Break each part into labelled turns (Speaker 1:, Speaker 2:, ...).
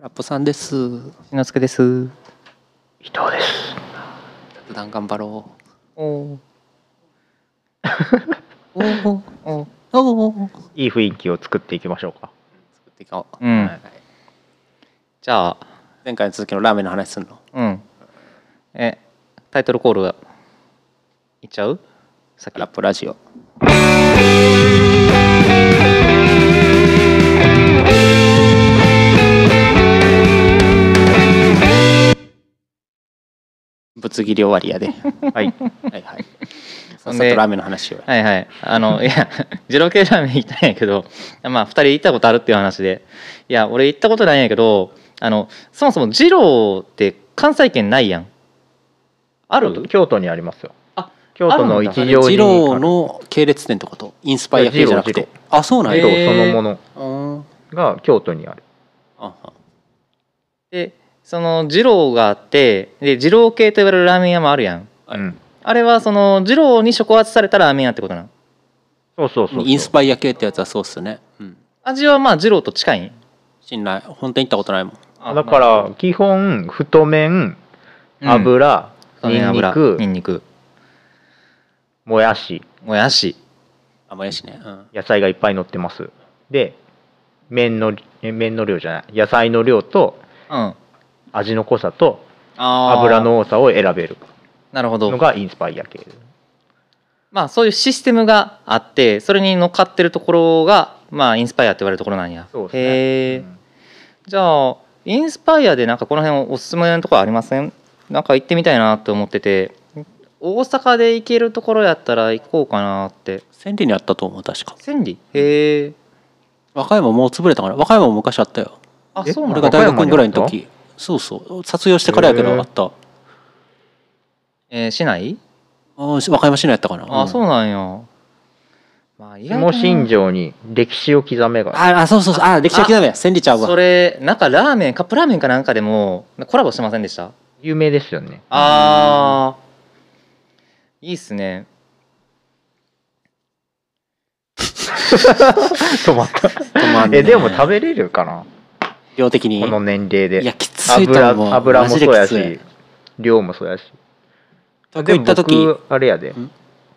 Speaker 1: ラッポさんです。
Speaker 2: しのすけです。
Speaker 3: 伊藤です。
Speaker 1: 雑談頑張ろ
Speaker 2: お
Speaker 1: う。おお
Speaker 2: お。
Speaker 1: おお。作
Speaker 3: いい雰囲気を作っていきましょうか。
Speaker 1: っていこう。
Speaker 2: うん
Speaker 1: はい。
Speaker 2: じゃあ、
Speaker 1: 前回の続きのラーメンの話するの。
Speaker 2: うん。え、タイトルコールは。いっちゃう。さっき
Speaker 1: ラッ。ポラジオ。ぶつ切り終わりやで。
Speaker 3: はい。
Speaker 1: はいはい。さっさとラーメンの話を。
Speaker 2: はいはい、あのいや二郎系ラーメン行ったんやけどまあ2人行ったことあるっていう話でいや俺行ったことないんやけどあのそもそも二郎って関西圏ないやんあ
Speaker 3: 京都
Speaker 2: る
Speaker 3: 京都にありますよ。
Speaker 1: あ
Speaker 3: 京都の
Speaker 2: あるんだ
Speaker 3: 一条
Speaker 1: 二
Speaker 3: 寺に
Speaker 1: 郎の系列店ってことインスパイア系じゃなく
Speaker 3: いや
Speaker 1: て
Speaker 3: 二郎。
Speaker 1: あ、そうなん
Speaker 3: 二
Speaker 1: や。
Speaker 3: 郎
Speaker 2: えー
Speaker 3: そのもの
Speaker 1: うんあ
Speaker 3: が京都にある。
Speaker 1: あ
Speaker 2: でその二郎があってで二郎系と言われるラーメン屋もあるやん
Speaker 1: は
Speaker 3: う
Speaker 1: い
Speaker 3: ん。
Speaker 2: あれはその二郎に触発されたラーメン屋ってことなの
Speaker 3: そうそうそうそう。
Speaker 1: インスパイア系ってやつはそうっすね。うん。
Speaker 2: 味はまあ二郎と近いん
Speaker 1: 信頼。本当に行ったことないもん。
Speaker 3: だか、ら基本太麺、
Speaker 2: まあうん
Speaker 3: 油、
Speaker 2: そう
Speaker 3: ニ
Speaker 2: ね
Speaker 3: ンニ
Speaker 2: 油
Speaker 3: ク
Speaker 2: ニ、ンニク
Speaker 3: もやし、
Speaker 2: もやし
Speaker 1: あんまりやしね。うん。
Speaker 3: 野菜がいっぱい乗ってます。で、麺のえ麺の量じゃない、野菜の量と
Speaker 2: うん
Speaker 3: 味の濃さと
Speaker 2: あー
Speaker 3: 油の多さを選べる
Speaker 2: なるほ
Speaker 3: の
Speaker 2: ど
Speaker 3: がインスパイア系。
Speaker 2: まあそういうシステムがあってそれに乗っかってるところがまあインスパイアって言われるところなんや
Speaker 3: そうですね
Speaker 2: へえ、
Speaker 3: うん
Speaker 2: じゃあインスパイアでなんかこの辺おすすめのところありませんなんか行ってみたいなと思ってて大阪で行けるところやったら行こうかなって
Speaker 1: 千里にあったと思う、確か。
Speaker 2: 千里へえ
Speaker 1: 和歌山もう潰れたかな。和歌山も昔あったよ。
Speaker 2: あ
Speaker 3: え
Speaker 2: そうな
Speaker 1: 俺
Speaker 2: ん
Speaker 1: が
Speaker 2: だ
Speaker 1: 大学
Speaker 3: 和歌山にあった
Speaker 1: ぐらいの時。そうそう。卒業してからやけど
Speaker 3: へ
Speaker 1: あ
Speaker 3: ー
Speaker 1: った。
Speaker 2: えー、市内
Speaker 1: ああし和歌山市内やったかな。
Speaker 2: あ、
Speaker 1: うん
Speaker 2: そうなんや。まあ、意
Speaker 3: 下新
Speaker 2: な
Speaker 3: 庄に歴史を刻めがある
Speaker 1: ああ、そうそうそう。あ、歴史的だめ。千里ちゃう
Speaker 2: そ
Speaker 1: わ。
Speaker 2: れ、なんかラーメン、カップラーメンかなんかでもコラボしてませんでした
Speaker 3: 有名ですよね。
Speaker 2: あー、いいっすね。
Speaker 3: 止まった。
Speaker 1: 止まんね
Speaker 3: えでも食べれるかな
Speaker 1: 量的に。
Speaker 3: この年齢で
Speaker 1: いや、きついと思う。
Speaker 3: 油油
Speaker 1: マ
Speaker 3: も
Speaker 1: ジで
Speaker 3: そうや
Speaker 1: きつい
Speaker 3: し。量もそうやし
Speaker 1: 東京行
Speaker 3: でも
Speaker 1: った時、
Speaker 3: 僕あれやで
Speaker 1: ん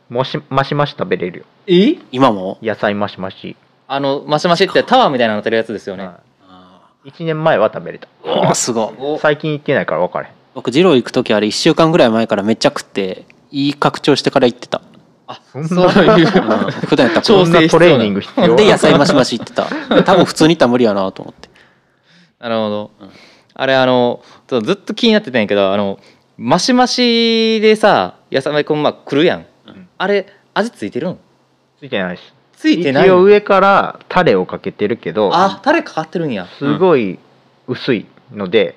Speaker 3: もしマシマシ食べれるよ
Speaker 2: え
Speaker 1: 今も
Speaker 3: 野菜マシマシ、
Speaker 2: あの、マシマシってタワーみたいなのってるやつですよね。
Speaker 3: は
Speaker 1: あ
Speaker 3: い1年前は食べれた
Speaker 1: ーおーすごい。
Speaker 2: お
Speaker 3: 最近行ってないから分からへん
Speaker 1: 僕、二郎行く時あれ、1週間ぐらい前からめっちゃ食って、いい拡張してから行ってた。
Speaker 2: あ、
Speaker 3: そんな
Speaker 2: そう い
Speaker 1: うん
Speaker 2: う。
Speaker 1: 普段やったらこ
Speaker 2: 調
Speaker 3: そ
Speaker 2: 整必要
Speaker 3: んな
Speaker 2: な
Speaker 3: トレーニング必要
Speaker 1: で野菜マシマシ言ってた多分普通にいったら無理やなと思って
Speaker 2: なるほど
Speaker 1: うん。
Speaker 2: あれ、あの、そうずっと気になってたんやけど、あの、マシマシでさ、野菜こうまあ、来るやん
Speaker 3: うん。
Speaker 2: あれ、味ついてるん
Speaker 3: ついてないし
Speaker 2: ついてない
Speaker 3: 一応上からタレをかけてるけど
Speaker 2: あ、タレかかってるんや。
Speaker 3: すごい薄いので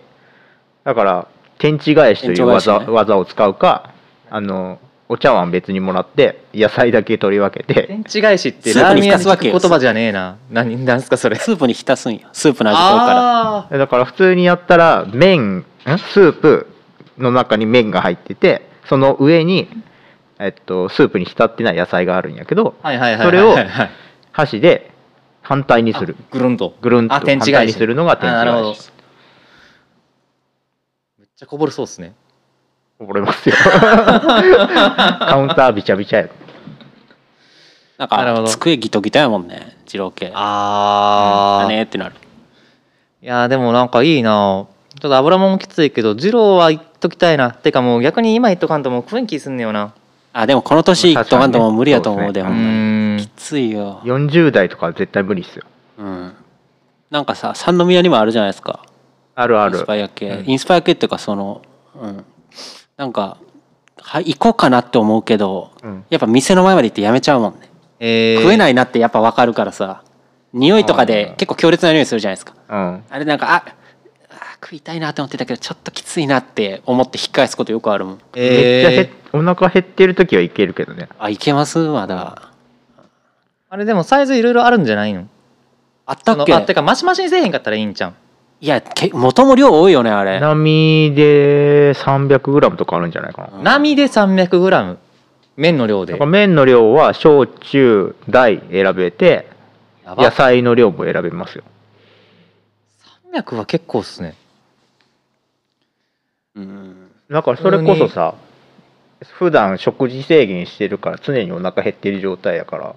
Speaker 3: だから天地返しという技,、
Speaker 1: 天地返しね
Speaker 3: 技を使うかあのお茶碗別にもらって野菜だけ取り分けて
Speaker 2: 天地返しって
Speaker 1: スー
Speaker 2: ラ
Speaker 1: プ
Speaker 2: ー
Speaker 1: に
Speaker 2: メン屋
Speaker 1: 浸すわ
Speaker 2: の
Speaker 1: け
Speaker 2: 言
Speaker 1: よ
Speaker 2: 葉じゃねえな。何なんすかそれ。
Speaker 1: スープに浸すんやスープの味買うから
Speaker 2: ああ
Speaker 3: だから普通にやったら麺んスープの中に麺が入っててその上に、えっと、スープに浸ってない野菜があるんやけど
Speaker 2: ー。はいはいはいはい。
Speaker 3: それを
Speaker 2: はいはい
Speaker 3: 箸で反対にする
Speaker 2: あぐるんと。
Speaker 3: ぐるんと
Speaker 2: あ
Speaker 3: 反
Speaker 2: 天地
Speaker 3: 対
Speaker 2: 返
Speaker 3: に
Speaker 2: し
Speaker 3: するのが天
Speaker 2: あ
Speaker 3: 地
Speaker 2: なるほ
Speaker 3: 返
Speaker 2: ど
Speaker 3: し
Speaker 2: めっちゃこぼれそうですね。
Speaker 3: こぼれま すよカウンターびちゃびちゃや
Speaker 1: なん
Speaker 2: なるほ
Speaker 1: か
Speaker 2: ど
Speaker 1: 机ギトギトやもんね二郎系
Speaker 2: あ
Speaker 1: だ
Speaker 2: あ、
Speaker 1: ねってなる
Speaker 2: いやーでもなんかいいな。ちょっと油もんもきついけど、二郎は行っときたいな。てかもう逆に今行っとかんともう雰囲気すんねよな。
Speaker 1: あでもこの年行っとかんとも無理やと思うで
Speaker 3: 確
Speaker 1: ほ
Speaker 3: か
Speaker 2: う
Speaker 1: ん
Speaker 2: ん
Speaker 3: に
Speaker 1: まに
Speaker 2: ー
Speaker 1: き
Speaker 2: ん。
Speaker 1: ついよ
Speaker 3: 40代とかは絶対無理っすよ
Speaker 1: うんなんかさ三宮にもあるじゃないですか
Speaker 3: あるあ
Speaker 1: イン
Speaker 3: る
Speaker 1: スパイア系
Speaker 3: うん
Speaker 1: インスパイア系っていうかそのうんなんかはい行こうかなって思うけど
Speaker 3: うん
Speaker 1: やっぱ店の前まで行ってやめちゃうもんね
Speaker 2: えー、
Speaker 1: 食え
Speaker 2: い。
Speaker 1: ないなってやっぱ分かるからさ匂いとかで結構強烈な匂いするじゃないですか
Speaker 3: うん
Speaker 1: あれなんかああ食いたいなと思ってたけどちょっときついなって思って引っ返すことよくあるもん
Speaker 3: めっちゃ減
Speaker 2: え
Speaker 3: っ
Speaker 2: ー、
Speaker 3: お腹減ってる時はいけるけどね
Speaker 1: あいけますまだ
Speaker 2: あれでもサイズいろいろあるんじゃないの
Speaker 1: あったっけ
Speaker 2: そのあてかマシマシにせえへんかったらいいんちゃう
Speaker 1: いやけ元も量多いよねあれ
Speaker 3: 波で 300g とかあるんじゃないかな
Speaker 1: うん
Speaker 2: 波で 300g 麺の量で
Speaker 3: だから麺の量は小中大選べて
Speaker 2: やば
Speaker 3: 野菜の量も選べますよ
Speaker 2: 脈は結構っすね
Speaker 1: うん
Speaker 3: だからそれこそさ普段食事制限してるから常にお腹減ってる状態やから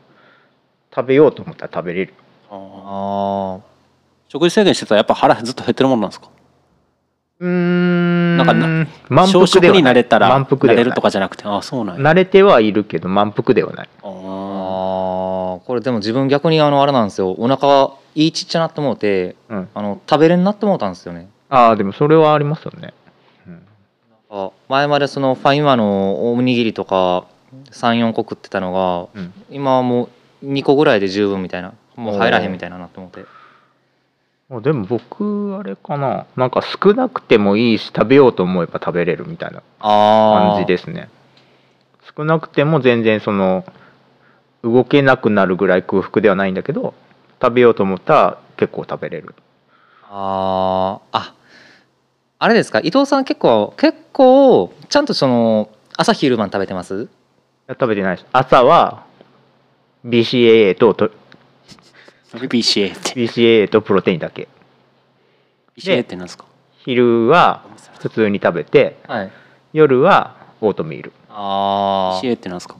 Speaker 3: 食べようと思ったら食べれる
Speaker 1: あー
Speaker 2: ああ
Speaker 1: 食事制限してたらやっぱ腹ずっと減ってるもんなんですか
Speaker 3: うーん
Speaker 1: なんかな
Speaker 3: 満
Speaker 1: 小
Speaker 3: 腹
Speaker 1: 食
Speaker 3: では
Speaker 1: にな
Speaker 3: ない
Speaker 1: れたら
Speaker 3: 満腹
Speaker 1: な
Speaker 3: で
Speaker 1: れ
Speaker 3: は
Speaker 1: る
Speaker 3: ない
Speaker 1: とかじゃなくてああそうなんや
Speaker 3: 慣れてはいるけど満腹ではない
Speaker 1: あー
Speaker 2: あーこれでも自分逆にあのあれなんですよお腹いいちっちゃなって思うて
Speaker 3: うん
Speaker 2: あの食べれんなって思ったんですよね
Speaker 3: ああでもそれはありますよね、うん
Speaker 2: あ前までそのファインマのおにぎりとか34個食ってたのが
Speaker 3: うん
Speaker 2: 今はもう2個ぐらいで十分みたいなもう入らへんみたいななって思って
Speaker 3: あでも僕あれかななんか少なくてもいいし食べようと思えば食べれるみたいな
Speaker 2: ああ
Speaker 3: 感じですね少なくても全然その動けなくなるぐらい空腹ではないんだけど食べようと思ったら結構食べれる
Speaker 2: あーああれですか伊藤さん結構結構ちゃんとその朝昼晩食べてます
Speaker 3: 食べてないです朝は BCAA とと
Speaker 1: BCA って
Speaker 3: BCAA とプロテインだけ
Speaker 1: BCA ってなんですか
Speaker 3: 昼は普通に食べて
Speaker 2: はい
Speaker 3: 夜はオートミール
Speaker 2: ああ
Speaker 1: BCA ってなんですか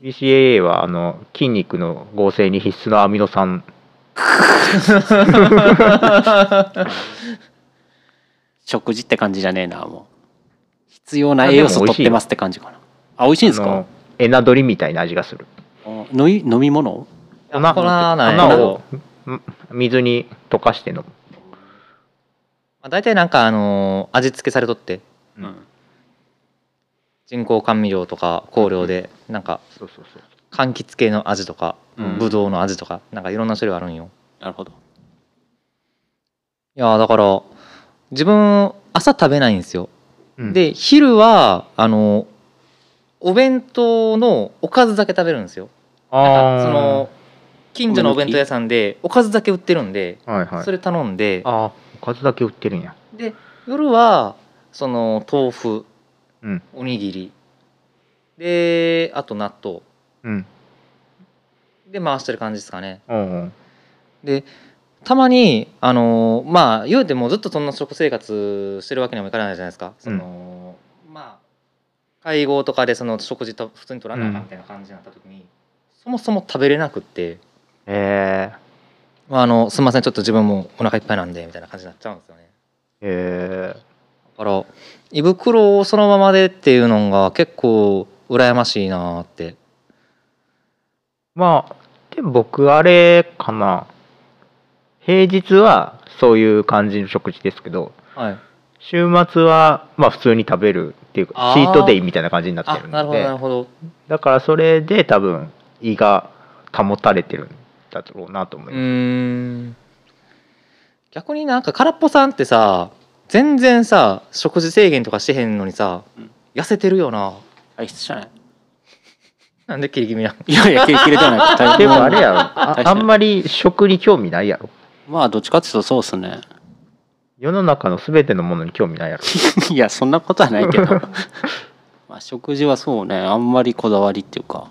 Speaker 3: BCAA はあの筋肉の合成に必須のアミノ酸
Speaker 1: 食事って感じじゃねえなもう必要
Speaker 3: あ
Speaker 1: な
Speaker 3: でも
Speaker 1: 栄養素取ってますって感じかなあ美味しいんです
Speaker 3: あ
Speaker 1: か
Speaker 3: のエナドリみたいな味がする
Speaker 1: あ飲み飲み物
Speaker 3: 粉
Speaker 2: 粉なんや
Speaker 3: 粉をん水に溶かして飲む
Speaker 2: まあ、大体なんかあのー味付けされとって
Speaker 3: うん
Speaker 2: 人工甘味料とか香料でなんか
Speaker 3: そうそうそう
Speaker 2: 柑橘系の味とか
Speaker 1: うん
Speaker 2: ぶどうの味とかなんかいろんな種類あるんよ
Speaker 1: なるほど
Speaker 2: いやーだから自分朝食べないんですよ、
Speaker 3: うん
Speaker 2: で昼はあのーお弁当のおかずだけ食べるんですよなんかその近所のお弁当屋さんでおかずだけ売ってるんで
Speaker 3: はいはい
Speaker 2: それ頼んで
Speaker 3: ああおかずだけ売ってるんや
Speaker 2: で夜はその豆腐
Speaker 3: うん
Speaker 2: おにぎりであと納豆
Speaker 3: うん
Speaker 2: で回してる感じですかね
Speaker 3: おうん
Speaker 2: でたまにあのーまあ言うてもずっとそんな食生活してるわけにもいかないじゃないですかその、まあ会合とかでその食事と普通に取らなあかんみたいな感じになった時に、そもそも食べれなくって、
Speaker 3: えー
Speaker 2: まあ、あのすみませんちょっと自分もお腹いっぱいなんでみたいな感じになっちゃうんですよね
Speaker 3: え
Speaker 2: だから胃袋をそのままでっていうのが結構羨ましいなーって
Speaker 3: ーまあでも僕あれかな平日はそういう感じの食事ですけど
Speaker 2: はい
Speaker 3: 週末はまあ普通に食べるっていう
Speaker 2: あ
Speaker 3: か
Speaker 2: ー
Speaker 3: チートデイみたいな感じになって
Speaker 2: あ
Speaker 3: るん
Speaker 2: なるほどなる
Speaker 3: で
Speaker 2: ほど
Speaker 3: だからそれで多分胃が保たれてるんだろうなと思
Speaker 2: う
Speaker 3: います、
Speaker 2: ーん逆になんか空っぽさんってさ全然さ食事制限とかしてへんのにさ、
Speaker 1: うん
Speaker 2: 痩せてるよな
Speaker 1: 体質じゃない
Speaker 2: なんで切り気味なの
Speaker 1: いやいや切れてない 体
Speaker 3: でも
Speaker 1: も
Speaker 3: あれやろ
Speaker 1: 確
Speaker 3: あ
Speaker 1: か
Speaker 3: あ
Speaker 1: に
Speaker 3: んまり食に興味ないやろ
Speaker 1: まあどっちかっていうとそうっすね
Speaker 3: 世の中の全てのものに興味ないやろ
Speaker 1: いやそんなことはないけど まあ食事はそうねあんまりこだわりっていうか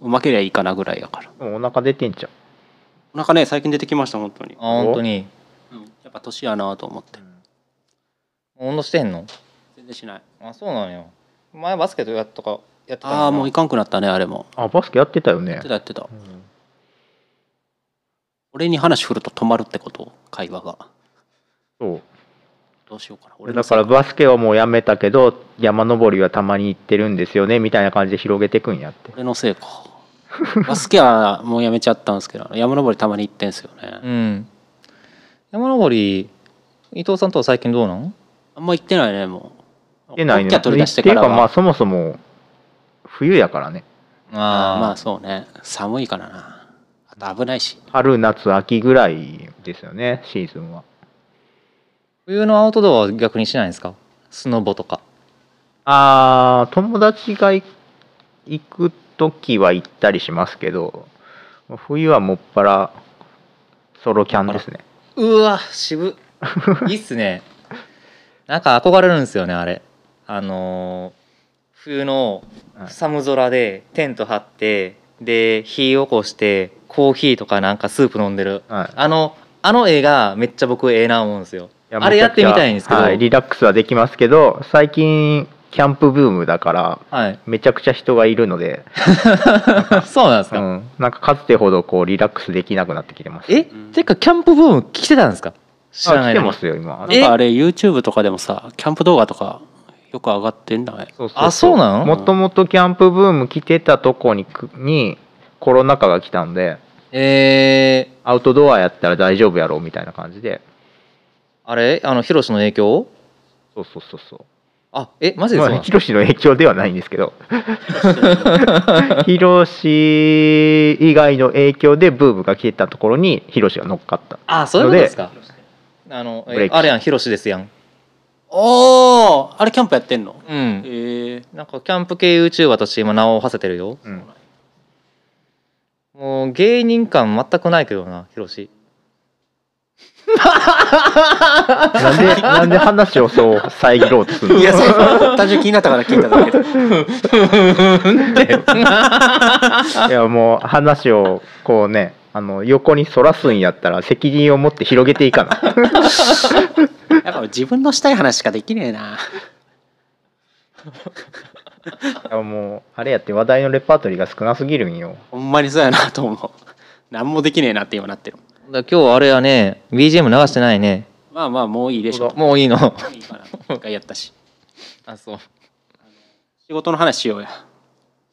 Speaker 1: うまけりゃいいかなぐらいやから
Speaker 3: もうお腹出てんじゃん
Speaker 1: お腹ね最近出てきました本当に、
Speaker 2: あ本当に
Speaker 1: うん、やっぱ年やなと思って
Speaker 2: 運動してへんの
Speaker 1: 全然しない
Speaker 2: あそうなんや前バスケットやっとかやってた
Speaker 1: ああもうい
Speaker 2: い
Speaker 1: かんくなったねあれも
Speaker 3: あバスケやってたよね
Speaker 1: やってたやってた
Speaker 3: うん
Speaker 1: 俺に話振ると止まるってこと会話が
Speaker 3: そう
Speaker 1: どうしようかな
Speaker 3: 俺
Speaker 1: 俺の
Speaker 3: だ
Speaker 1: せ
Speaker 3: か
Speaker 1: い
Speaker 3: らバスケはもうやめたけど山登りはたまに行ってるんですよねみたいな感じで広げてくんやって
Speaker 1: 俺のせいか バスケはもうやめちゃったんですけど山登りたまに行ってんすよね、
Speaker 2: うん山登り伊藤さんとは最近どうなん
Speaker 1: あんま行ってないねもう
Speaker 3: 行って
Speaker 1: ポ
Speaker 3: ない
Speaker 1: ッ
Speaker 3: ね
Speaker 1: キャ取り出してから
Speaker 3: っていうかま
Speaker 1: は
Speaker 3: あそもそも冬やからね
Speaker 1: あーまあ
Speaker 2: あ
Speaker 1: そうね寒いからなあと危ないし
Speaker 3: 春夏秋ぐらいですよねシーズンは
Speaker 2: 冬のアウトドアは逆にしないんですかスノボとか
Speaker 3: あー友達がい行く時は行ったりしますけど冬はもっぱらソロキャンですね
Speaker 2: うわ 渋っいいっすねなんか憧れるんですよねあれあのー冬の
Speaker 3: はい
Speaker 2: 寒空でテント張ってで火起こしてコーヒーとかなんかスープ飲んでる
Speaker 3: はい
Speaker 2: あのあの絵がめっちゃ僕ええな思うんですよ
Speaker 3: や
Speaker 2: あれやってみたいんですけど
Speaker 3: はい、リラックスはできますけど最近キャンプブームだから
Speaker 2: はい。
Speaker 3: めちゃくちゃ人がいるので、
Speaker 2: そうなんです
Speaker 3: う
Speaker 2: か。
Speaker 3: ん、なんかかつてほどこうリラックスできなくなってきてます
Speaker 2: え、
Speaker 1: うん
Speaker 2: てかキャンプブーム来てたんですか知ら
Speaker 3: あ
Speaker 2: な
Speaker 3: 来
Speaker 2: い
Speaker 3: て
Speaker 2: のに
Speaker 3: ますよ
Speaker 1: な
Speaker 3: 今
Speaker 1: んかあれ YouTube とかでもさキャンプ動画とかよく上がってんだね
Speaker 3: そうそう
Speaker 2: あそうなの
Speaker 3: もともとキャンプブーム来てたとこにくにコロナ禍が来たんで
Speaker 2: えー、
Speaker 3: アウトドアやったら大丈夫やろうみたいな感じで
Speaker 2: あれあの、ヒロシの影響
Speaker 3: そうそうそうそう
Speaker 2: あ、え、マジです
Speaker 3: まあ、
Speaker 2: か
Speaker 3: ヒロシの影響ではないんですけ どヒロシ以外の影響でブームが来てたところにヒロシが乗っかった
Speaker 2: あ、そういうことですか。あの、
Speaker 3: ブレ
Speaker 2: え
Speaker 3: イク
Speaker 2: あれやん、ヒロシですやん。
Speaker 1: おーあれキャンプやってんの
Speaker 2: うん。
Speaker 1: ええ
Speaker 2: なんかキャンプ系 YouTuber として今名を馳せてるよ。
Speaker 3: うん
Speaker 2: もう芸人感全くないけどな、ヒロシ。
Speaker 3: なんで なんで話をそう遮ろうとするの
Speaker 1: いやそう単純に気になったから聞いただけで
Speaker 3: いやもう話をこうねあの横にそらすんやったら責任を持って広げていかな
Speaker 1: やっぱ自分のしたい話しかできねえない
Speaker 3: やもうあれやって話題のレパートリーが少なすぎるんよ
Speaker 1: ほんまにそうやなと思う何もできねえなって今なってる
Speaker 2: だ今日あれやね、BGM 流してないね。
Speaker 1: まあまあもういいでしょ
Speaker 2: もういいの。
Speaker 1: いいかな一回やったし
Speaker 2: あ、そう。
Speaker 1: 仕事の話しようや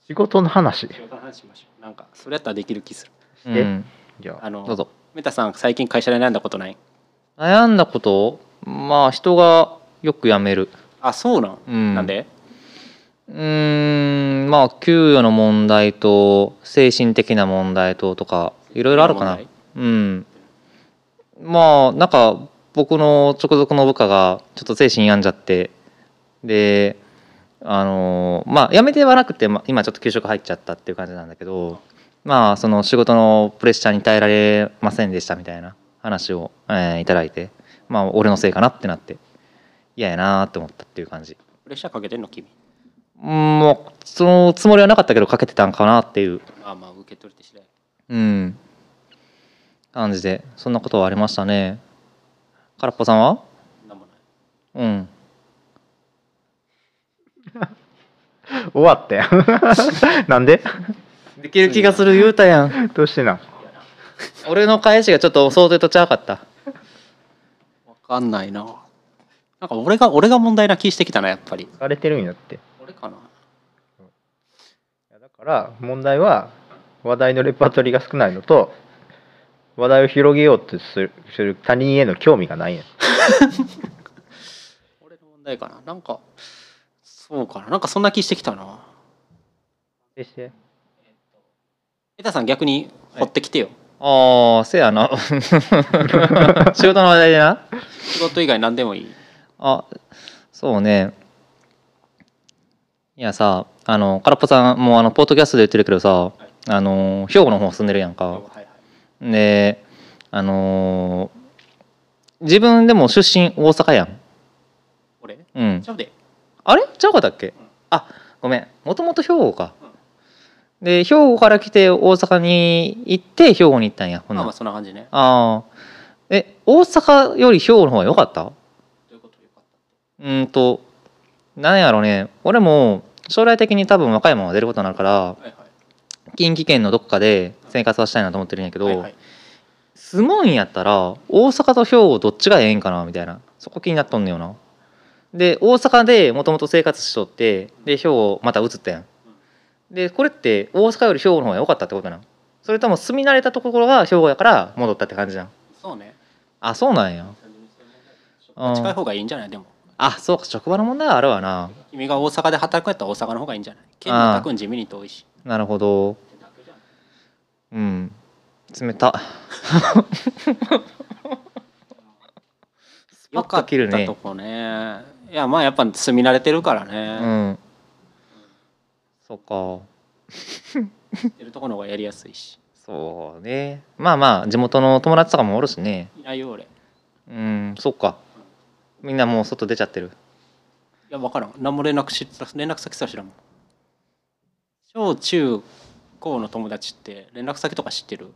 Speaker 3: 仕事の話
Speaker 1: 仕事の話しましょうなんかそれやったらできる気する
Speaker 2: うん、
Speaker 3: じゃあ
Speaker 1: あの
Speaker 2: どうぞ。
Speaker 1: メタさん最近会社で悩んだことない
Speaker 2: 悩んだことまあ人がよく辞める
Speaker 1: あそうなん、
Speaker 2: うん
Speaker 1: なんで
Speaker 2: うーんまあ給与の問題と精神的な問題ととかいろいろあるかな
Speaker 1: 問
Speaker 2: うんまあなんか僕の直属の部下がちょっと精神病んじゃってであのまあ辞めてはなくてま今ちょっと休職入っちゃったっていう感じなんだけどまあその仕事のプレッシャーに耐えられませんでしたみたいな話を、えーいただいてまあ俺のせいかなってなって嫌やなーって思ったっていう感じ
Speaker 1: プレッシャーかけてんの君
Speaker 2: うんまあそのつもりはなかったけどかけてたんかなっていう、
Speaker 1: まあまあ受け取れてしない
Speaker 2: うん、感じでそんなことはありましたね空っぽさんは
Speaker 1: なんもない
Speaker 2: うん
Speaker 3: 終わったやん なんで
Speaker 2: できる気がする言うたやん
Speaker 3: どうしてなん
Speaker 2: 俺の返しがちょっと想定とちゃうかった
Speaker 1: わかんないななんか俺が俺が問題な気してきたなやっぱり
Speaker 3: 疲れてるんやってい
Speaker 1: 俺かな
Speaker 3: やだから問題は話題のレパートリーが少ないのと話題を広げようとするする他人への興味がないんや
Speaker 1: 俺の問題かななんかそうかななんかそんな気してきたな
Speaker 3: でして
Speaker 1: メタさん逆に掘ってきてよ、
Speaker 2: ああせやな 仕事の話題でな
Speaker 1: 仕事以外何でもいい
Speaker 2: あそうねいやさあの空っぽさんもうあのポッドキャストで言ってるけどさあの兵庫の方住んでるやんか
Speaker 1: はいはい
Speaker 2: であのー自分でも出身大阪やん
Speaker 1: 俺
Speaker 2: うん
Speaker 1: ちゃうで
Speaker 2: あれちゃうかったっけあごめんもともと兵庫かで兵庫から来て大阪に行って兵庫に行ったんやほん
Speaker 1: まあ
Speaker 2: なら
Speaker 1: まあ
Speaker 2: あ
Speaker 1: そんな感じね
Speaker 2: あーえ大阪より兵庫の方が良かった
Speaker 1: どういうことよかっ
Speaker 2: うんとなんやろね俺も将来的に多分若いものが出ることになるから
Speaker 1: たはいはい
Speaker 2: 近畿圏のどこかで生活はしたいなと思ってるんやけど、
Speaker 1: はいはい
Speaker 2: 住むんやったら大阪と兵庫どっちがええんかなみたいなそこ気になっとんねよなで大阪でもともと生活しとってで兵庫また移ったやんでこれって大阪より兵庫の方が良かったってことなんそれとも住み慣れたところが兵庫やから戻ったって感じじゃん
Speaker 1: そうね
Speaker 2: あそうなんやうん
Speaker 1: 近い方がいいんじゃないでも
Speaker 2: あそうか職場の問題はあるわな
Speaker 1: 君が大阪で働くんやったら大阪の方がいいんじゃない県
Speaker 2: あ
Speaker 1: の
Speaker 2: あ
Speaker 1: 各ん地味に遠いし
Speaker 2: なるほどうん冷たスパ
Speaker 1: よ
Speaker 2: ッ
Speaker 1: か
Speaker 2: と
Speaker 1: っ
Speaker 2: 切る
Speaker 1: た
Speaker 2: ね
Speaker 1: とこねいやまあやっぱ住み慣れてるから
Speaker 2: う
Speaker 1: ね、
Speaker 2: んそっか
Speaker 1: 住んでるとこの方がやりやすいし
Speaker 2: そうねまあまあ地元の友達とかもおるしね
Speaker 1: いないよ俺い
Speaker 2: うんそっかみんなもう外出ちゃってる
Speaker 1: や分からん何も連絡し連絡先さ知らんもん小中高の友達って連絡先とか知ってる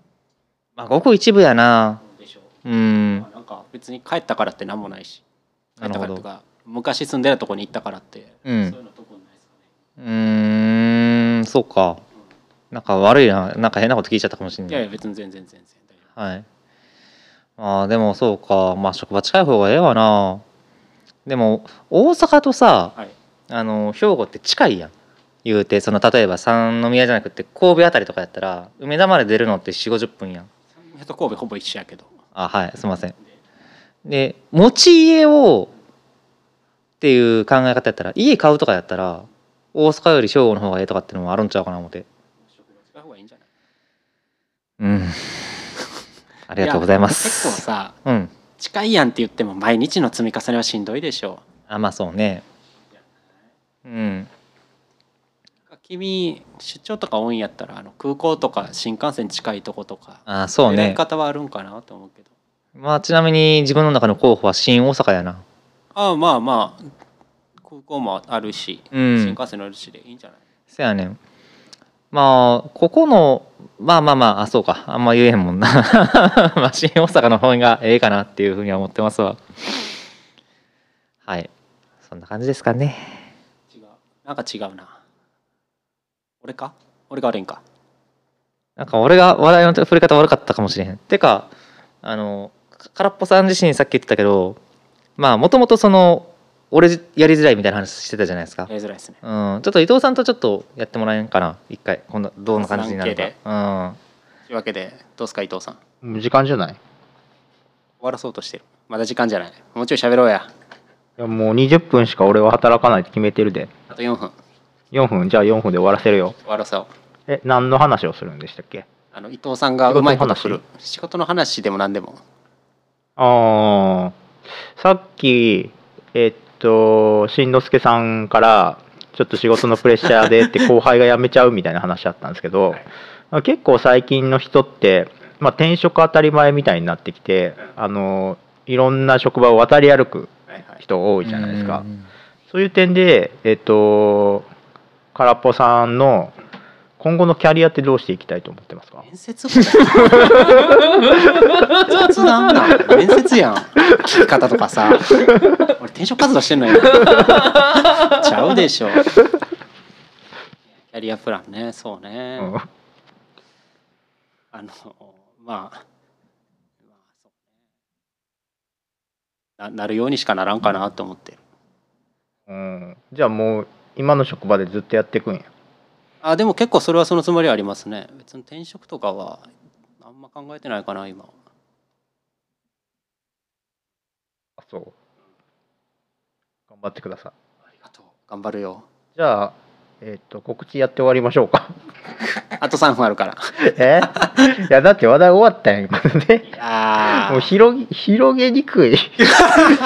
Speaker 2: まあごく一部やな
Speaker 1: でしょ
Speaker 2: うん
Speaker 1: なんかか別に帰ったからって何もないし帰
Speaker 2: な
Speaker 1: っ
Speaker 2: る
Speaker 1: た
Speaker 2: ほ
Speaker 1: から
Speaker 2: ど
Speaker 1: とか昔住んでたとこに行ったからって、
Speaker 2: うん
Speaker 1: そういうのとこないですかね
Speaker 2: うーんそうかなんか悪いななんか変なこと聞いちゃったかもしれ
Speaker 1: い
Speaker 2: な
Speaker 1: やい
Speaker 2: い
Speaker 1: や別に全然全然大丈
Speaker 2: はいまあでもそうかまあ職場近い方がええわなでも大阪とさ
Speaker 1: 夫はい
Speaker 2: あの兵庫って近いやん言うてその例えば三宮じゃなくて神戸あたりとかやったら梅田まで出るのって4 5 0分やん
Speaker 1: 三宮と神戸ほぼ一緒やけど
Speaker 2: あはいすいませんで持ち家をっていう考え方やったら家買うとかやったら大阪より兵庫の方がええとかってのもあるんちゃうかな思って
Speaker 1: 職場近い方がいいんじゃない
Speaker 2: うん ありがとうございます
Speaker 1: や結構さ
Speaker 2: うん
Speaker 1: 近いやんって言っても毎日の積み重ねはしんどいでしょ
Speaker 2: あまあそうねうん
Speaker 1: 君出張とか多いんやったらあの空港とか新幹線近いとことか
Speaker 2: あそう
Speaker 1: やり
Speaker 2: ね
Speaker 1: 方はあるんかなと思うけど
Speaker 2: まあちなみに自分の中の候補は新大阪やな
Speaker 1: ああまあまあ空港もあるし、
Speaker 2: うん
Speaker 1: 新幹線乗るしでいいんじゃない
Speaker 2: せやねんまあここのまあまあまああそうかあんま言えへんもんな まあ新大阪の方がええかなっていうふうには思ってますわはいそんな感じですかね
Speaker 1: 違うなんか違うな俺か俺が悪いんか
Speaker 2: なんか俺が話題の振り方悪かったかもしれへんてかあのか空っぽさん自身さっき言ってたけどまあもともとその俺やりづらいみたいな話してたじゃないですか
Speaker 1: やりづらいですね
Speaker 2: うんちょっと伊藤さんとちょっとやってもらえんかな一回こんなどんな感じになる
Speaker 1: 雑
Speaker 2: かうん
Speaker 1: というわけでどうすか伊藤さん終
Speaker 3: もう時間じゃないい
Speaker 1: わらそうとしてるまだ時間じゃないもうちょい喋ろうや
Speaker 3: やもう20分しか俺は働かないって決めてるで
Speaker 1: あと4分
Speaker 3: 4分じゃあ4分で終わらせるよ
Speaker 1: 終わらそう
Speaker 3: え何の話をするんでしたっけ
Speaker 1: あの伊藤さんがうまいことする
Speaker 3: 仕事の
Speaker 1: 仕事の話でも何でも
Speaker 3: ああさっきえっとしんのすけさんからちょっと仕事のプレッシャーで って後輩が辞めちゃうみたいな話あったんですけど、結構最近の人って、まあ、転職当たり前みたいになってきてあのいろんな職場を渡り歩く
Speaker 1: はいはい
Speaker 3: 人多いじゃないですか。
Speaker 2: うん
Speaker 3: そういう点で、えっと、空っぽさんの今後のキャリアってどうしていきたいと思ってますか
Speaker 1: 面接部 だよ雑談だ面接やん聞き方とかさ俺転職活動してんのよちゃうでしょキャリアプランねそうね、
Speaker 3: うん
Speaker 1: あのまあまあそうねななるようにしかならんかなと思ってる
Speaker 3: うん、じゃあもう今の職場でずっとやっていくんや。
Speaker 1: あでも結構それはそのつもりはありますね別に転職とかはあんま考えてないかな今
Speaker 3: あそう。頑張ってください。
Speaker 1: ありがとう頑張るよ
Speaker 3: じゃあ、えっと告知やって終わりましょうか。
Speaker 1: あと3分あるから
Speaker 3: えいやだって話題終わったやん今 のね。
Speaker 1: いや
Speaker 3: も
Speaker 1: ー
Speaker 3: う広げ広げに くい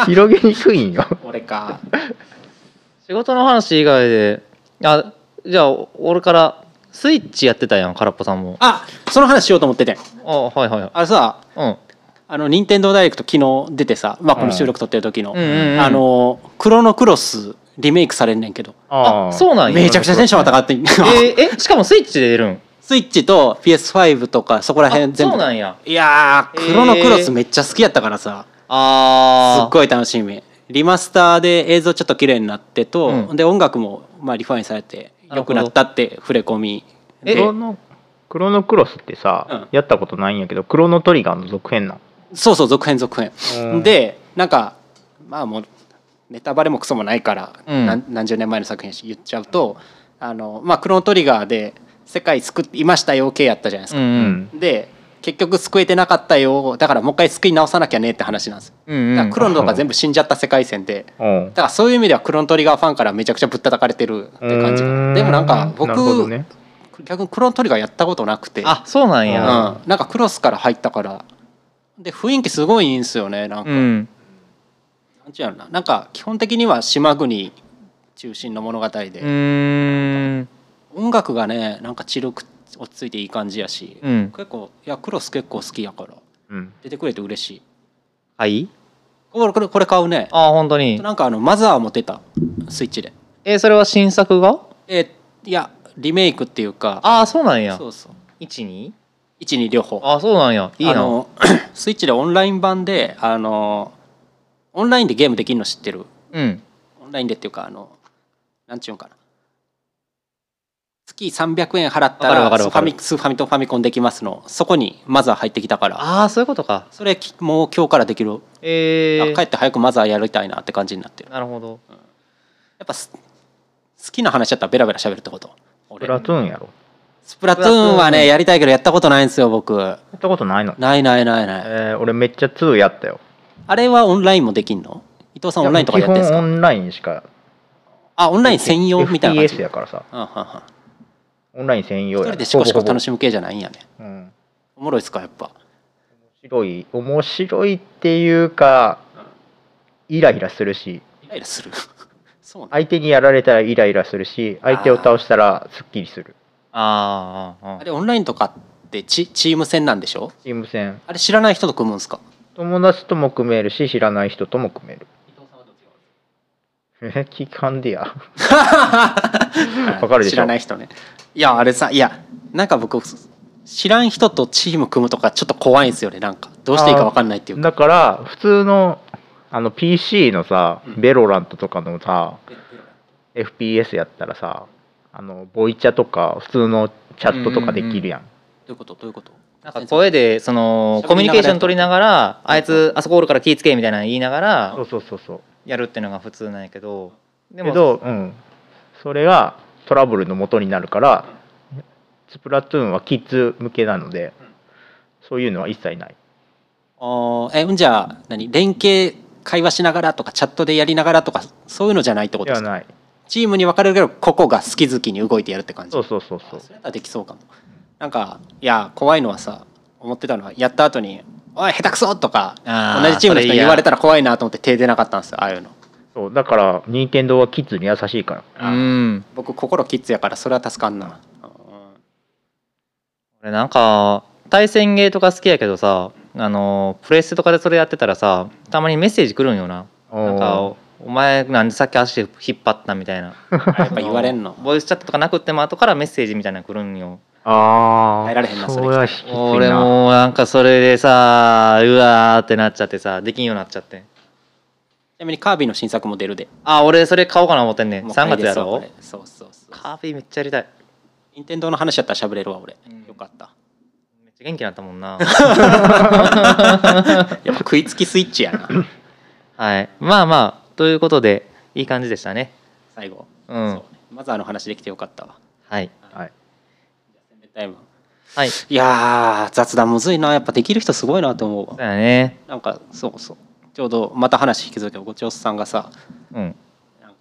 Speaker 3: 広げにくいんよ。
Speaker 1: 俺か
Speaker 2: 仕事の話以外であじゃあ俺からスイッチやってたやん空っぽさんも
Speaker 1: あその話しようと思ってて
Speaker 2: あはいはいはい
Speaker 1: あれさ
Speaker 2: うん
Speaker 1: あの任天堂ダイレクト昨日出てさ、まあ、こ
Speaker 3: うん
Speaker 1: の収録撮ってる時の、
Speaker 2: うんうんうん
Speaker 1: あのクロノクロスリメイクされんねんけど
Speaker 2: あ
Speaker 3: う
Speaker 2: そうなんや
Speaker 1: めちゃくちゃテンション上がって
Speaker 2: えーえしかもスイッチで出るん
Speaker 1: スイッチと PS5 とかそこら
Speaker 2: あ
Speaker 1: 辺全
Speaker 2: そ
Speaker 1: 部
Speaker 2: うなんや
Speaker 1: いやークロノクロスめっちゃ好きやったからさ、す
Speaker 2: あ
Speaker 1: っ
Speaker 2: ー
Speaker 1: ごい楽しみリマスターで映像ちょっと綺麗になってと、
Speaker 2: うん
Speaker 1: で音楽もまあリファインされて良くなったって触れ込み
Speaker 2: え
Speaker 3: クロノクロノクロスってさ、
Speaker 1: うん
Speaker 3: やったことないんやけどクロノトリガーの続編な
Speaker 1: そうそう続編続編
Speaker 3: の。
Speaker 1: でなんかまあもうネタバレもクソもないから、
Speaker 2: うん
Speaker 1: なん何十年前の作品やし言っちゃうとあの、まあ、クロノトリガーで世界救いましたよ系やったじゃないです
Speaker 2: うん
Speaker 1: か、
Speaker 3: う
Speaker 2: うん
Speaker 3: ん
Speaker 1: で結局救えてなかったよだからもう一回救い直さなきゃねって話なんですよ
Speaker 2: うん
Speaker 1: だから
Speaker 2: うん
Speaker 1: クロノとか全部死んじゃった世界線で
Speaker 3: うん
Speaker 1: だからそういう意味ではクロノトリガーファンからめちゃくちゃぶったたかれてるって感じ
Speaker 3: うー
Speaker 1: でもなんか僕
Speaker 3: なるほどね
Speaker 1: 逆にクロノトリガーやったことなくて
Speaker 2: あそうなん
Speaker 1: うん、
Speaker 2: や
Speaker 1: なんかクロスから入ったからで雰囲気すごいいいんですよねなんか、
Speaker 2: うん
Speaker 1: なんちゅうやろななんか基本的には島国中心の物語
Speaker 2: う
Speaker 1: で、
Speaker 2: ーん
Speaker 1: 音楽がねなんかチルく落ち着いていい感じやし、
Speaker 2: うん
Speaker 1: 結構いやクロス結構好きやから
Speaker 3: うん
Speaker 1: 出てくれて嬉しい
Speaker 2: はい
Speaker 1: これこれこれ買うね
Speaker 2: あ本当に
Speaker 1: なんかあのマザーも出たスイッチで
Speaker 2: えそれは新作が
Speaker 1: えいやリメイクっていうか
Speaker 2: あそうなんや
Speaker 1: そうそう
Speaker 2: 12
Speaker 1: 12両方
Speaker 2: あそうなんやいい
Speaker 1: あ
Speaker 2: な
Speaker 1: の スイッチでオンライン版であのオンラインでゲームできるの知ってる
Speaker 2: うん
Speaker 1: オンラインでっていうかあのなんちゅうんかな月300円払った
Speaker 2: わからる
Speaker 1: スフ
Speaker 2: わ
Speaker 1: ァ
Speaker 2: かる
Speaker 1: ミスーファミとファミコンできますのそこにマザー入ってきたから
Speaker 2: ああそういうことか
Speaker 1: それきもう今日からできる、
Speaker 2: え
Speaker 1: あ
Speaker 2: ー、
Speaker 1: 帰って早くマザーやりたいなって感じになってるや
Speaker 2: なるほど
Speaker 1: っぱす好きな話だったらベラベラ喋るってこと
Speaker 3: プ
Speaker 1: 俺
Speaker 3: ラトゥーンやろ
Speaker 1: スプラトゥーンは
Speaker 2: スプラトゥー
Speaker 1: ね
Speaker 2: ン
Speaker 1: やりたいけどやったことないんですよ僕
Speaker 3: やったことないの、
Speaker 1: ないないないない
Speaker 3: えー、俺めっちゃ2やったよ
Speaker 1: あれはオンラインもできんの伊藤さんオンラインとかやってんす
Speaker 3: 基
Speaker 1: か
Speaker 3: 本オンラインしか
Speaker 1: あオンライン専用みたいな感
Speaker 3: FPS
Speaker 1: じ
Speaker 3: やからさ
Speaker 1: うんうんうん
Speaker 3: オンライン専用
Speaker 1: 一
Speaker 3: や
Speaker 1: 人でシコシコ楽
Speaker 3: し
Speaker 1: しむ系じゃないんやね
Speaker 3: む、うん、
Speaker 1: おもろいっすかやっぱ
Speaker 3: 面白い面白いっていうかイライラするし
Speaker 1: イライラする そうなの
Speaker 3: 相手にやられたらイライラするし相手を倒したらすっきりする
Speaker 2: あーあーあ
Speaker 1: あ
Speaker 2: ー
Speaker 1: れオンラインとかってチチーム戦なんでしょ
Speaker 3: チーム戦
Speaker 1: あれ知らない人と組むんすか
Speaker 3: 友達とも組めるし知らない人とも組めるえ 聞かんでやわかるでしょ
Speaker 1: 知らない人ねいやあれさいやなんか僕知らん人とチーム組むとかちょっと怖いんですよねなんかどうしていいか分かんないっていうか
Speaker 3: だから普通のあの PC のさ
Speaker 1: うん
Speaker 3: ベロラントとかのさ、FPS やったらさあのボイチャとか普通のチャットとかできるやん,、
Speaker 1: どういうことどういうこと
Speaker 2: なんか声でそのコミュニケーション取りながらあいつあそこおるから気ぃつけみたいなの言いながら
Speaker 3: そうそうそうそう
Speaker 2: やるっていうのが普通なんやけどで
Speaker 3: け
Speaker 2: も
Speaker 3: ど、うん、それがトラブルの元になるからスプラトゥーンはキッズ向けなので
Speaker 1: うん
Speaker 3: そういうのは一切ない
Speaker 1: あーえじゃあ何連携会話しながらとかチャットでやりながらとかそういうのじゃないってことで
Speaker 3: では
Speaker 1: すか
Speaker 3: ない
Speaker 1: チームに分かれるけど個々が好き好きに動いてやるって感じ
Speaker 3: そうそうそうそ
Speaker 1: あ
Speaker 3: う
Speaker 1: それだったらできそうかもなんかいや怖いのはさ思ってたのはやった後に「おい下手くそ!」とか
Speaker 2: あー
Speaker 1: 同じチームの人
Speaker 2: それ
Speaker 1: に
Speaker 2: 嫌
Speaker 1: 言われたら怖いなと思って手出なかったんですよああいうの
Speaker 3: そうだから任天堂はキッズに優しいから
Speaker 2: うん
Speaker 1: 僕心キッズやからそれは助かん な、うん
Speaker 2: 俺なんか対戦ゲーとか好きやけどさあのプレステとかでそれやってたらさたまにメッセージ来るんよななんか
Speaker 3: おー
Speaker 2: おお前なんでさっき足引っ張ったみたいなやっ
Speaker 1: っぱ言われんの
Speaker 2: ボイスチャットとかなくっても後からメッセージみたいなの来るんよ
Speaker 3: あ
Speaker 1: 耐えられへんなそれ
Speaker 3: それはきついな
Speaker 2: 俺もなんかそれでさうわーってなっちゃってさできんようになっちゃって
Speaker 1: ちなみにカービィの新作も出るで
Speaker 2: あ俺それ買おうかな思ってんね
Speaker 1: もう
Speaker 2: 3
Speaker 1: 買い
Speaker 2: 月
Speaker 1: で
Speaker 2: や
Speaker 1: すわ
Speaker 2: ろ
Speaker 1: これそうそうそう
Speaker 2: カービィめっちゃやりたい
Speaker 1: 任天堂の話やったら喋れるわ俺、
Speaker 2: うん
Speaker 1: よかった
Speaker 2: めっちゃ元気になったもんな
Speaker 1: やっぱ食いつきスイッチやな
Speaker 2: はいまあまあということでいい感じでしたね
Speaker 1: 最後、
Speaker 2: うん
Speaker 1: そうねマザーの話できてよかったわ
Speaker 2: はい
Speaker 3: はい
Speaker 1: 宣伝タイム
Speaker 2: はい
Speaker 1: いやー雑談むずいなやっぱできる人すごいなと思うわ
Speaker 2: そうだね
Speaker 1: なんかそうそうちょうどまた話引き続きごちおさんがさ
Speaker 2: うん
Speaker 1: なんか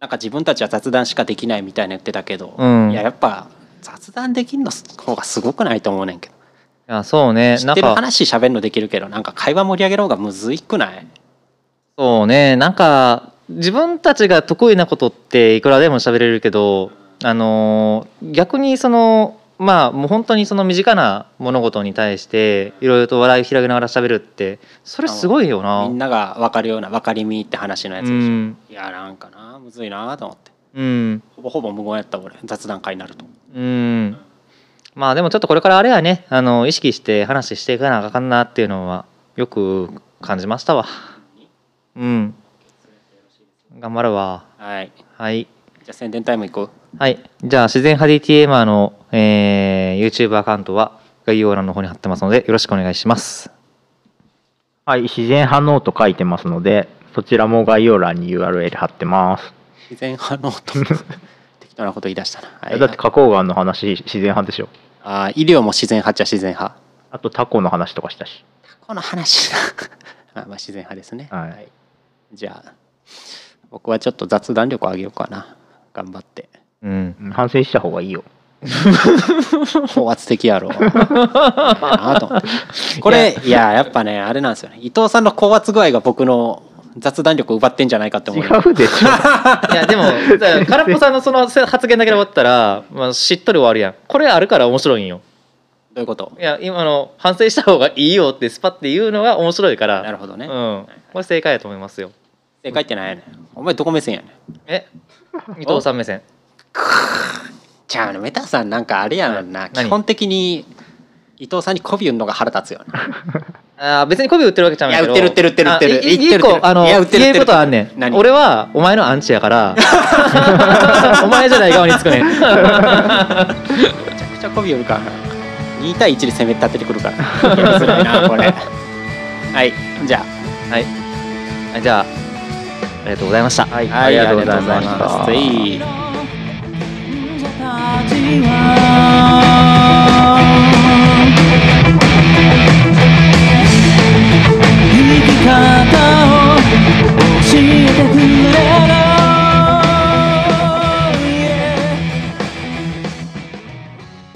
Speaker 1: なんか自分たちは雑談しかできないみたいな言ってたけど、
Speaker 2: うん
Speaker 1: いややっぱ雑談できるの方がすごくないと思うねんけど
Speaker 2: あそうね
Speaker 1: 知
Speaker 2: な
Speaker 1: っ
Speaker 2: ん
Speaker 1: てる
Speaker 2: か
Speaker 1: 話喋るのできるけどなんか会話盛り上げる方がむずいくない
Speaker 2: そうねなんか自分たちが得意なことっていくらでも喋れるけどあのー逆にそのまあもう本当にその身近な物事に対していろいろと笑いを広げながら喋るってそれすごいよな
Speaker 1: みんなが分かるような分かりみって話のやつでしょ、
Speaker 2: うん
Speaker 1: いやなんかなむずいなと思って
Speaker 2: うん
Speaker 1: ほぼほぼ無言やった俺雑談会になると
Speaker 2: うんまあでもちょっとこれからあれやねあの意識して話していかなあかんなっていうのはよく感じましたわうん頑張るわ
Speaker 1: はいじ
Speaker 2: はい
Speaker 1: ゃあ宣伝タイムいく
Speaker 2: はい。じゃあ、自然派 DTMer の、えー、YouTube アカウントは概要欄の方に貼ってますので、よろしくお願いします。
Speaker 3: はい自然派ノート書いてますのでそちらも概要欄に URL 貼ってます、
Speaker 1: 自然派ノ ート適当なこと言い出したな、はい
Speaker 3: だって花崗岩の話自然派でしょ
Speaker 1: あー医療も自然派っちゃ自然派
Speaker 3: あとタコの話とかしたし
Speaker 1: この話 あまあ自然派ですね、
Speaker 3: はい
Speaker 1: じゃあ僕はちょっと雑談力を上げようかな頑張って
Speaker 2: うん。
Speaker 3: うん反省した方がいいよ
Speaker 1: 高圧的やろいいなと思ってこれいややっぱねあれなんですよね伊藤さんの高圧具合が僕の雑談力を奪ってんじゃないかって思
Speaker 3: 違
Speaker 1: う
Speaker 3: うでしょ
Speaker 2: いや、でも、だから空っぽさんのその発言だけで終わったら、まあ、しっとり終わるやん。これあるから面白いんよ。
Speaker 1: どういうこと
Speaker 2: いや、今の、反省した方がいいよってスパって言うのが面白いから。
Speaker 1: なるほどね
Speaker 2: うん。これ正解やと思いますよ。
Speaker 1: 正解ってないやねんお前どこ目線やねん
Speaker 2: え伊藤さん目線。
Speaker 1: じゃああのメタさんなんかあれやろな
Speaker 2: 何
Speaker 1: 基本的に伊藤さんに媚び売るのが腹立つよね
Speaker 2: あー別に媚び売ってるわけちゃうんやけど
Speaker 1: いや売ってる売ってる売ってる売っ
Speaker 2: あい
Speaker 1: てる
Speaker 2: 一個あの
Speaker 1: いや売ってる
Speaker 2: 言え
Speaker 1: 売って
Speaker 2: る
Speaker 1: る
Speaker 2: ことはあんねん
Speaker 1: 何
Speaker 2: 俺はお前のアンチやから お前じゃない側につくねん
Speaker 1: めちゃくちゃ媚び売るからな2対1で攻め立ててくるから やりづらいなこれはいじゃあ
Speaker 2: はいあじゃあありがとうございましたはい
Speaker 1: は
Speaker 2: ありがとうござい
Speaker 1: ありがとうござい
Speaker 2: ま
Speaker 1: ま
Speaker 2: し
Speaker 1: す
Speaker 2: た
Speaker 1: ぜひ
Speaker 4: 忍者たちは